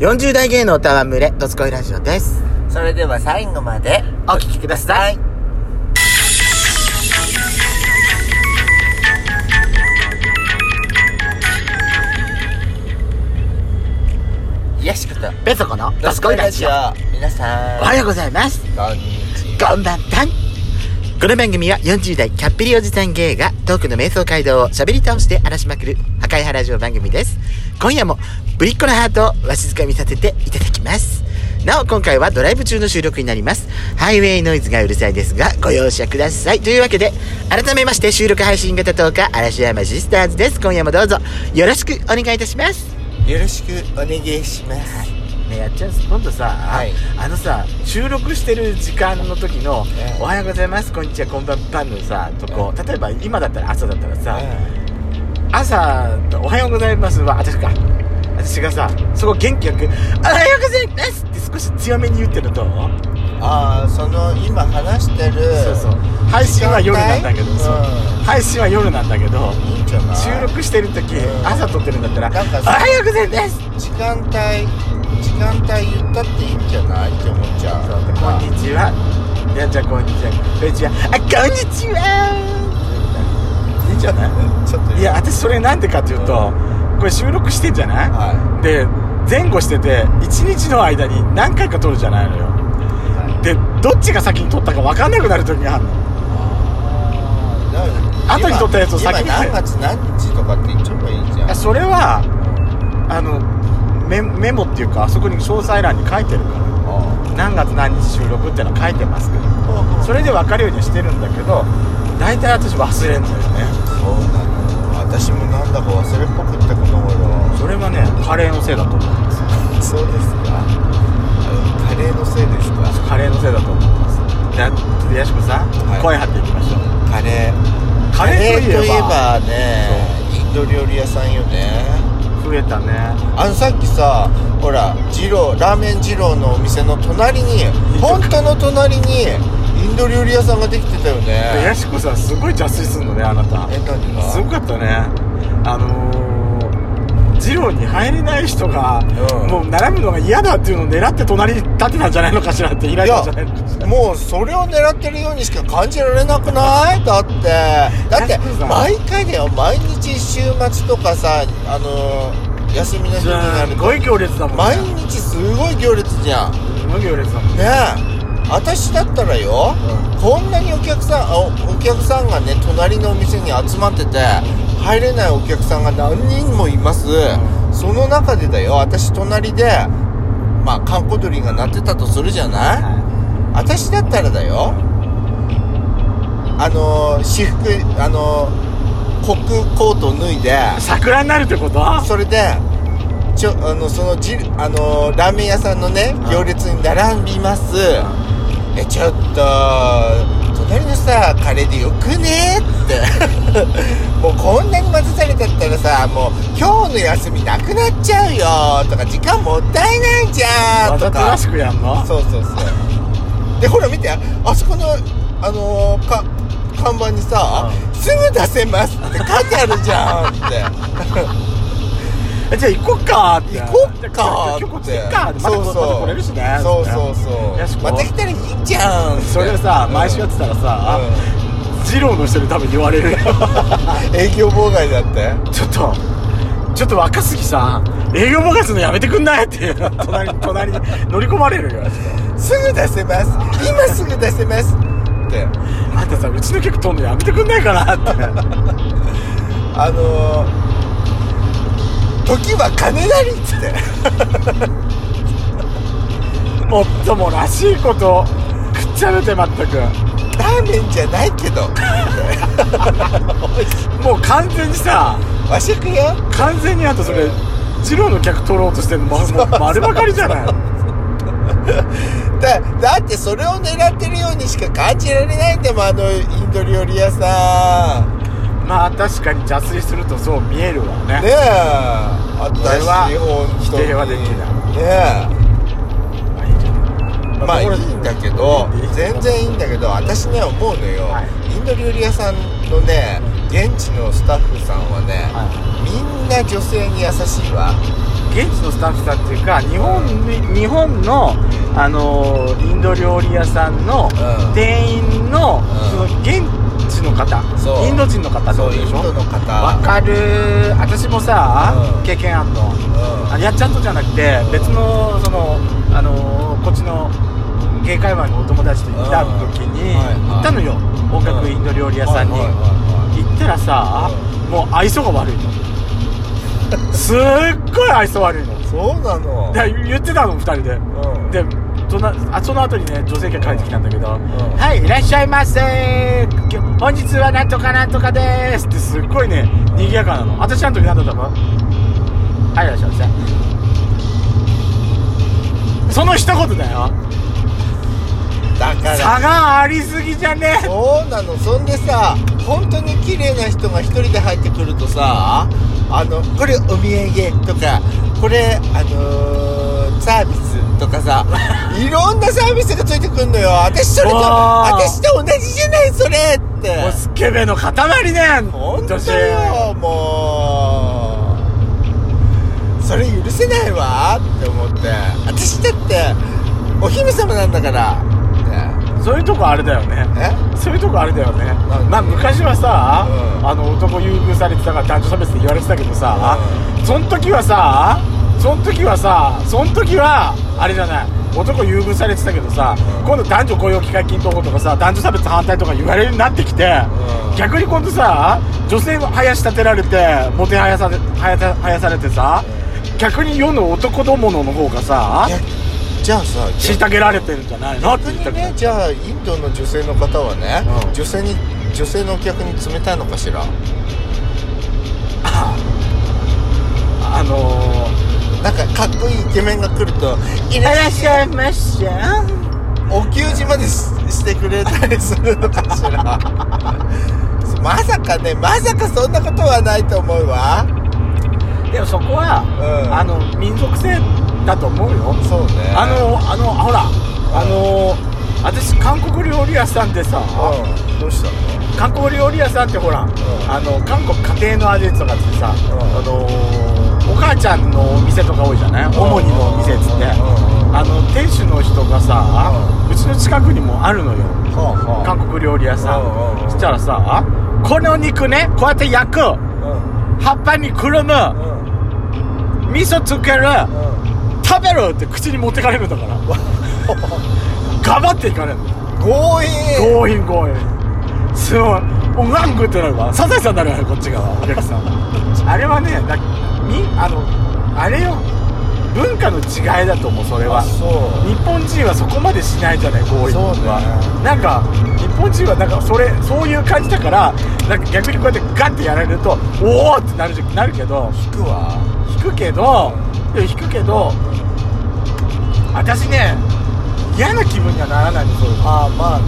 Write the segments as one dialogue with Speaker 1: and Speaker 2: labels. Speaker 1: 40代芸能歌は群れ、ドスコイラジオです。
Speaker 2: それでは最後まで
Speaker 1: お聞きください。
Speaker 2: いよしこと
Speaker 1: ペソコのドスコイラジオ。
Speaker 2: 皆さん
Speaker 1: おはようございます。
Speaker 2: こんにち
Speaker 1: こんばんたん。この番組は40代キャッピリおじさん芸がトークの瞑想街道を喋り倒して荒らしまくる破壊派ラジオ番組です。今夜もぶりっ子のハートをわしづかみさせていただきます。なお今回はドライブ中の収録になります。ハイウェイノイズがうるさいですがご容赦ください。というわけで改めまして収録配信型10日嵐山シスターズです。今夜もどうぞよろしくお願いいたします。
Speaker 2: はよろしくお願いします
Speaker 3: ね、やっちゃうんです今度さ、
Speaker 2: はい
Speaker 3: あのさ収録してる時間の時の
Speaker 2: え
Speaker 3: 「
Speaker 2: え
Speaker 3: おはようございますこんにちはこんばんばん」のさとこ例えば今だったら朝だったらさ朝「おはようございます」は私か私がさそこ元気よく「おはようございます」って少し強めに言ってるのと
Speaker 2: ああその今話してる
Speaker 3: そうそう配信は夜なんだけど
Speaker 2: 時
Speaker 3: そう
Speaker 2: 間帯うん
Speaker 3: 配信は夜なんだけど
Speaker 2: いいんじゃない
Speaker 3: 収録してる時
Speaker 2: うん
Speaker 3: 朝撮ってるんだったら
Speaker 2: なんか
Speaker 3: 「お
Speaker 2: さ
Speaker 3: はようございます」
Speaker 2: 時間帯時間帯言ったっていいんじゃないって思っちゃう
Speaker 3: そうでこんにちは。いやじゃあこんにちは。こんにちは。あこんにちは。いいんじゃない？
Speaker 2: ちょっと
Speaker 3: いや私それなんでかっていうと、これ収録してんじゃな？
Speaker 2: はい
Speaker 3: で前後してて一日の間に何回か撮るじゃないのよ。
Speaker 2: いはい
Speaker 3: でどっちが先に撮ったか分かんなくなる時があるの。
Speaker 2: だから
Speaker 3: 後に撮ったやつを
Speaker 2: 今
Speaker 3: 先に
Speaker 2: 今何月何日とかって言っちゃえばいいじゃん
Speaker 3: あそれはあのメメモっていうかあそこに詳細欄に書いてるから。何月何日収録ってのは書いてますけど。
Speaker 2: あ
Speaker 3: それで分かるようにしてるんだけど大体私忘れんのよね
Speaker 2: そうなの私もなんだか忘れっぽくってこの頃
Speaker 3: それはねカレーのせいだと思うんですよ
Speaker 2: そうですかあのカレーのせいですか
Speaker 3: カレーのせいだと思うんですじゃあちょっとやしこさん、
Speaker 2: はい
Speaker 3: 声張っていきましょう
Speaker 2: カレー
Speaker 3: カレーといえば
Speaker 2: ねインド料理屋さんよね
Speaker 3: 増えたね
Speaker 2: あのさっきさほら二郎ラーメン二郎のお店の隣に本当の隣にインド料理屋さんができてたよ
Speaker 3: でや
Speaker 2: ね
Speaker 3: しこさんすごい邪推すんのねあなた
Speaker 2: え何が
Speaker 3: すごかったねあのー、二郎に入れない人が、
Speaker 2: うん
Speaker 3: もう並ぶのが嫌だっていうのを狙って隣に立ってたんじゃないのかしらってイライ
Speaker 2: い
Speaker 3: ラ
Speaker 2: や
Speaker 3: じゃないのかしら
Speaker 2: もうそれを狙ってるようにしか感じられなくないだってだって毎回だよ毎日週末とかさあのー休みの日にな
Speaker 3: す
Speaker 2: る
Speaker 3: っ
Speaker 2: と
Speaker 3: ごい行列だもんね
Speaker 2: 毎日すごい行列じゃん
Speaker 3: すごい行列だもんね
Speaker 2: ねえ私だったらよ、こんなにお客さんあおお客さんがね隣のお店に集まってて入れないお客さんが何人もいます、
Speaker 3: ん
Speaker 2: その中でだよ私隣でまあ閑古鳥が鳴ってたとするじゃない、
Speaker 3: は
Speaker 2: 私だったらだよあのー私服あのーコックコートを脱いで
Speaker 3: い桜になるってこと
Speaker 2: それでちょあのそのじあのーラーメン屋さんのね
Speaker 3: うん
Speaker 2: 行列に並びますえちょっと隣のさカレーでよくねって もうこんなに待たされたったらさもう今日の休みなくなっちゃうよとか時間もったいないじゃ
Speaker 3: わ
Speaker 2: んと
Speaker 3: ざ
Speaker 2: か
Speaker 3: とらしくやんの
Speaker 2: そうそうそうでほら見てあそこのあのーか看板にさ
Speaker 3: う
Speaker 2: 「すぐ出せます」って書いてあるじゃんって
Speaker 3: えじゃあ行こっかーって
Speaker 2: 行こっ
Speaker 3: 今
Speaker 2: か
Speaker 3: 日こっ
Speaker 2: っ
Speaker 3: ち行
Speaker 2: て
Speaker 3: っかーってまた
Speaker 2: そう
Speaker 3: こまた来れるしね
Speaker 2: そうそう
Speaker 3: よし
Speaker 2: そう
Speaker 3: こ
Speaker 2: また来たらいいじゃんって
Speaker 3: それさ毎週やってたらさ二郎の人に多分言われるよ
Speaker 2: うん営業妨害だって
Speaker 3: ちょっとちょっと若杉さん営業妨害するのやめてくんないって隣に隣に乗り込まれるよ
Speaker 2: すぐ出せます今すぐ出せますって
Speaker 3: あんたさうちの客取んのやめてくんないかなって
Speaker 2: あのー時は金なりっつって
Speaker 3: もっともらしいことくっちゃべてまったく
Speaker 2: ラーメンじゃないけど
Speaker 3: もう完全にさ
Speaker 2: 和食よ
Speaker 3: 完全にあとそれ二郎の客取ろうとしてるのまもう丸ばかりじゃない
Speaker 2: だだってそれを狙ってるようにしか感じられないんだもんあのインド料理屋 さん
Speaker 3: まあ確かに邪推するとそう見えるわね
Speaker 2: ねえあ
Speaker 3: これは否定はでき
Speaker 2: ね
Speaker 3: まあいいじゃ
Speaker 2: え
Speaker 3: ん
Speaker 2: まあい
Speaker 3: これ
Speaker 2: いんだけど
Speaker 3: いいいい
Speaker 2: 全然いいんだけど私ね思うのよ、
Speaker 3: はい
Speaker 2: インド料理屋さんのね現地のスタッフさんはね、
Speaker 3: は
Speaker 2: みんな女性に優しいわ
Speaker 3: い現地のスタッフさんっていうか日本に日本の、あのーインド料理屋さんの
Speaker 2: うん
Speaker 3: 店員の,、
Speaker 2: うん
Speaker 3: その現地の方
Speaker 2: そう
Speaker 3: インド人の方って
Speaker 2: そ
Speaker 3: こ
Speaker 2: う
Speaker 3: と
Speaker 2: イ
Speaker 3: で
Speaker 2: ン
Speaker 3: しょ
Speaker 2: ドの方
Speaker 3: わかるー私もさ、
Speaker 2: うん
Speaker 3: 経験あんの
Speaker 2: うん
Speaker 3: あやっちゃんとじゃなくて別のその、あのーこっちの芸会話のお友達と行った時に、
Speaker 2: うんはいはい
Speaker 3: 行ったのよ音楽インド料理屋さんに、
Speaker 2: はいはいはい
Speaker 3: 行ったらさ、もう愛想が悪いのすっごい愛想悪いの
Speaker 2: そうなの
Speaker 3: で言ってたの2人で、
Speaker 2: うん
Speaker 3: でそんなあその後にね女性客帰ってきたんだけど「
Speaker 2: ん
Speaker 3: はいいらっしゃいませきょ本日はなんとかなんとかです」ってすっごいね賑やかなの私らの時何だったのはいいらっしゃいませその一言だよ
Speaker 2: だから
Speaker 3: 差がありすぎじゃね
Speaker 2: そうなのそんでさ本当に綺麗な人が一人で入ってくるとさあのこれお土産とかこれあのー、サービスとかさいろんなサービスがついてくんのよ私それと
Speaker 3: わあ
Speaker 2: 私と同じじゃないそれって
Speaker 3: もうスケベの塊ね
Speaker 2: 本当
Speaker 3: 私
Speaker 2: よもうそれ許せないわって思って私だってお姫様なんだからって
Speaker 3: そういうとこあれだよね
Speaker 2: え
Speaker 3: そういうとこあれだよね
Speaker 2: なんで
Speaker 3: まあ昔はさ、
Speaker 2: うん
Speaker 3: あの男優遇されてたから男女差別って言われてたけどさ、そん時はさそん時はさそん時はあれじゃない男優遇されてたけどさ、
Speaker 2: うん
Speaker 3: 今度男女雇用機会均等法とかさ男女差別反対とか言われるようになってきて、
Speaker 2: うん
Speaker 3: 逆に今度さ女性ははやし立てられてもてはやされはやたはやされてさ逆に世の男どものの方がさ
Speaker 2: いやじゃあさ
Speaker 3: 虐げられてるんじゃないのって
Speaker 2: 逆
Speaker 3: 言った
Speaker 2: に
Speaker 3: けど
Speaker 2: ねじゃあインドの女性の方はね、
Speaker 3: うん
Speaker 2: 女性に女性のお客に冷たいのかしら
Speaker 3: あのー
Speaker 2: なんかかっこいいイケメンが来ると「いらっしゃいましゃ」お給仕までししてくれたりするのかし らまさかねまさかそんなことはないと思うわ
Speaker 3: でもそこは、
Speaker 2: うん
Speaker 3: あの民族性だと思うよ
Speaker 2: そうね
Speaker 3: あのあのほらあの私韓国料理屋さんでさ、
Speaker 2: うんどうしたの
Speaker 3: 韓国料理屋さんってほら、あの韓国家庭の味とかってさ、
Speaker 2: ん
Speaker 3: あのお母ちゃんのお店とか多いじゃない、主にのお店っつって、
Speaker 2: うん
Speaker 3: あの店主の人がさ、うちの近くにもあるのよ、
Speaker 2: はあはあ
Speaker 3: 韓国料理屋さん、
Speaker 2: うんうんうん
Speaker 3: そしたらさこの肉ねこうやって焼く
Speaker 2: うん
Speaker 3: 葉っぱにくるむ
Speaker 2: うん
Speaker 3: 味噌つける、
Speaker 2: うん
Speaker 3: 食べろって口に持ってかれるんだ から頑張っていかれるの
Speaker 2: 強引
Speaker 3: 強引強引すごいうわんぐってなるわサザエさんになるわよこっちがお客さんあれはねだみあのあれよ文化の違いだと思うそれは
Speaker 2: あそう
Speaker 3: 日本人はそこまでしないじゃない強引
Speaker 2: そうだね
Speaker 3: なんか日本人はなんかそれそういう感じだからなんか逆にこうやってガッてやられるとおおってなるじゃなるけど
Speaker 2: 引くわ
Speaker 3: 引くけどいや引くけど私ね嫌な気分にはならないんですよ、
Speaker 2: ああまあね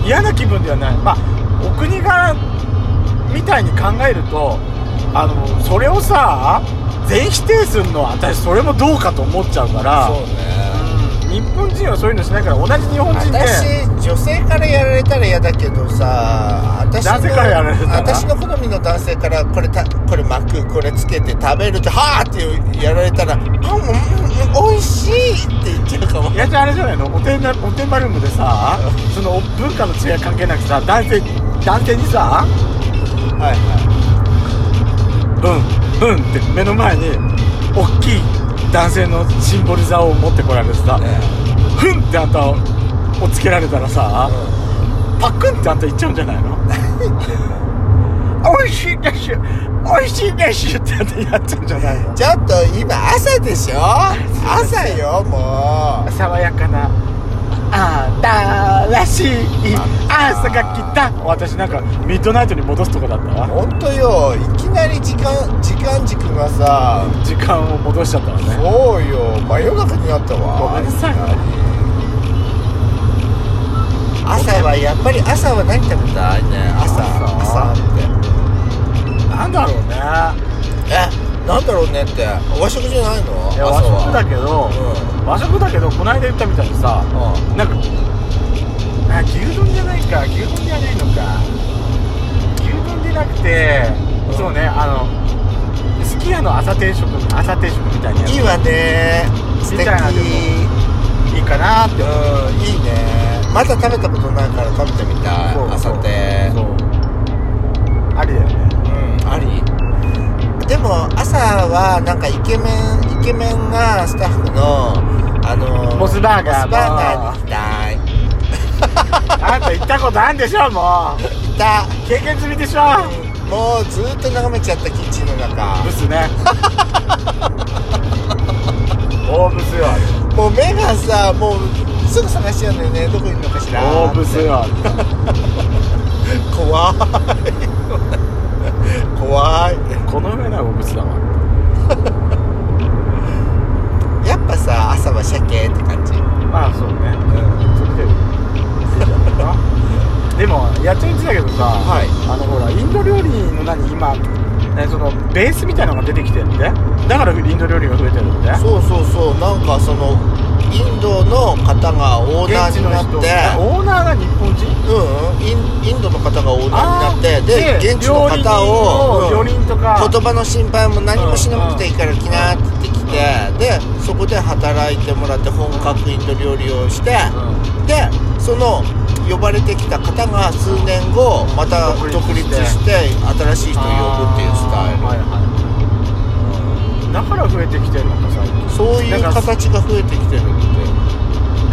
Speaker 3: うん、嫌な気分ではないまあお国柄みたいに考えるとあのそれをさ全否定するのは私それもどうかと思っちゃうから
Speaker 2: そうね
Speaker 3: うん日本人はそういうのしないから同じ日本人で
Speaker 2: 私女性からやられたら嫌だけどさ私の
Speaker 3: 男性からやられたら
Speaker 2: 私の好みの男性からこれたこれ巻くこれつけて食べるってはあってやられたら「うんうんうんおいしい」って言っちゃうかも
Speaker 3: いやじゃああれじゃないのおてんばおてんばルームでさその文化の違い関係なくさ男性男性にさ
Speaker 2: はいは
Speaker 3: うんうんって目の前に大きい男性のシンボル座を持ってこられてさ、ふんってあんたをつけられたらさ、パクンってあんた言っちゃうんじゃないの おいしいですおいしいですってあんたやっちゃうんじゃないの
Speaker 2: ちょっと今朝でしょ朝よもう
Speaker 3: 爽やかな新しい朝が来た私なんかミッドナイトに戻すとこだったわ
Speaker 2: ほんとよいきなり時間時間軸がさ
Speaker 3: 時間を戻しちゃったわね
Speaker 2: そうよ真夜中になったわ
Speaker 3: ごめんなさい
Speaker 2: 朝はやっぱり朝は何食べたいね朝
Speaker 3: 朝
Speaker 2: 朝って
Speaker 3: なんだろうね
Speaker 2: えなんだろうねって和食じゃないの
Speaker 3: いや
Speaker 2: 朝
Speaker 3: 和食だ
Speaker 2: は
Speaker 3: けど、
Speaker 2: う
Speaker 3: 和食だけどこの間言ったみたいにさ、
Speaker 2: う
Speaker 3: なんかあ牛丼じゃないか牛丼じゃないのか牛丼でなくて、そうねあのすき家の朝定食朝定食みたいなやつ
Speaker 2: いいわね素
Speaker 3: み
Speaker 2: 敵
Speaker 3: たいなでもいいかなって
Speaker 2: うんいいねまだ食べたことないから食べてみたい
Speaker 3: そう
Speaker 2: 朝て
Speaker 3: そうありだよね
Speaker 2: うんありでも朝はなんかイケメンイケメンがスタッフのあの
Speaker 3: モスバーガー
Speaker 2: モスバーガーに行きたい
Speaker 3: あんた行ったことあるんでしょもう
Speaker 2: いた
Speaker 3: 経験済みでしょ
Speaker 2: もうずっと眺めちゃったキッチンの中
Speaker 3: ブスね大ブスよ
Speaker 2: もう目がさもうすぐ探しちゃうんだよねどこいるのかしら
Speaker 3: 大ブスよ
Speaker 2: 怖い 怖い
Speaker 3: この上ない大ブスだわ
Speaker 2: やっぱさ朝は鮭って感じ
Speaker 3: まあそうねうんそれででもやっと言ってたけどさ、
Speaker 2: はい
Speaker 3: あのほらインド料理の何今えそのベースみたいなのが出てきてるんでだからインド料理が増えてるんで
Speaker 2: そうそうそうなんかそのインドの方がオーナー
Speaker 3: 現地
Speaker 2: に
Speaker 3: の
Speaker 2: な
Speaker 3: 人
Speaker 2: って
Speaker 3: あオーナーが日本人
Speaker 2: うんインインドの方がオーナーになってで
Speaker 3: あー
Speaker 2: 現地の方を、
Speaker 3: 料
Speaker 2: うん
Speaker 3: 理人とか
Speaker 2: 言葉の心配も何もしなくていいから来なって来てでそこで働いてもらって本格インド料理をしてでその呼ばれてきた方が数年後また
Speaker 3: 独
Speaker 2: 独
Speaker 3: 立して
Speaker 2: 立して新しい人を呼ぶっていうスタイル、
Speaker 3: はいはいだから増えてきてるのか最近
Speaker 2: そういう形が増えてきてるんで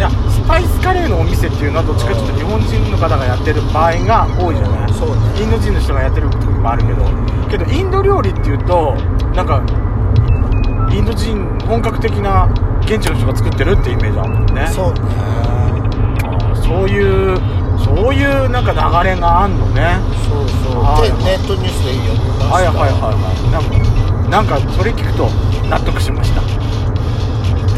Speaker 3: いやスパイスカレーのお店っていうのはどっちかというと日本人の方がやってる場合が多いじゃない
Speaker 2: そう
Speaker 3: イ
Speaker 2: ね
Speaker 3: ンド人の人がやってる時もあるけどけどインド料理っていうとなんかインド人本格的な現地の人が作ってるってイメージあるもんね
Speaker 2: そうね
Speaker 3: あーそういうそういうなんか流れがあんのね
Speaker 2: そうそう
Speaker 3: はい
Speaker 2: でネットニュースで読みました
Speaker 3: はいはいはいはいなんかなんかそれ聞くと納得しました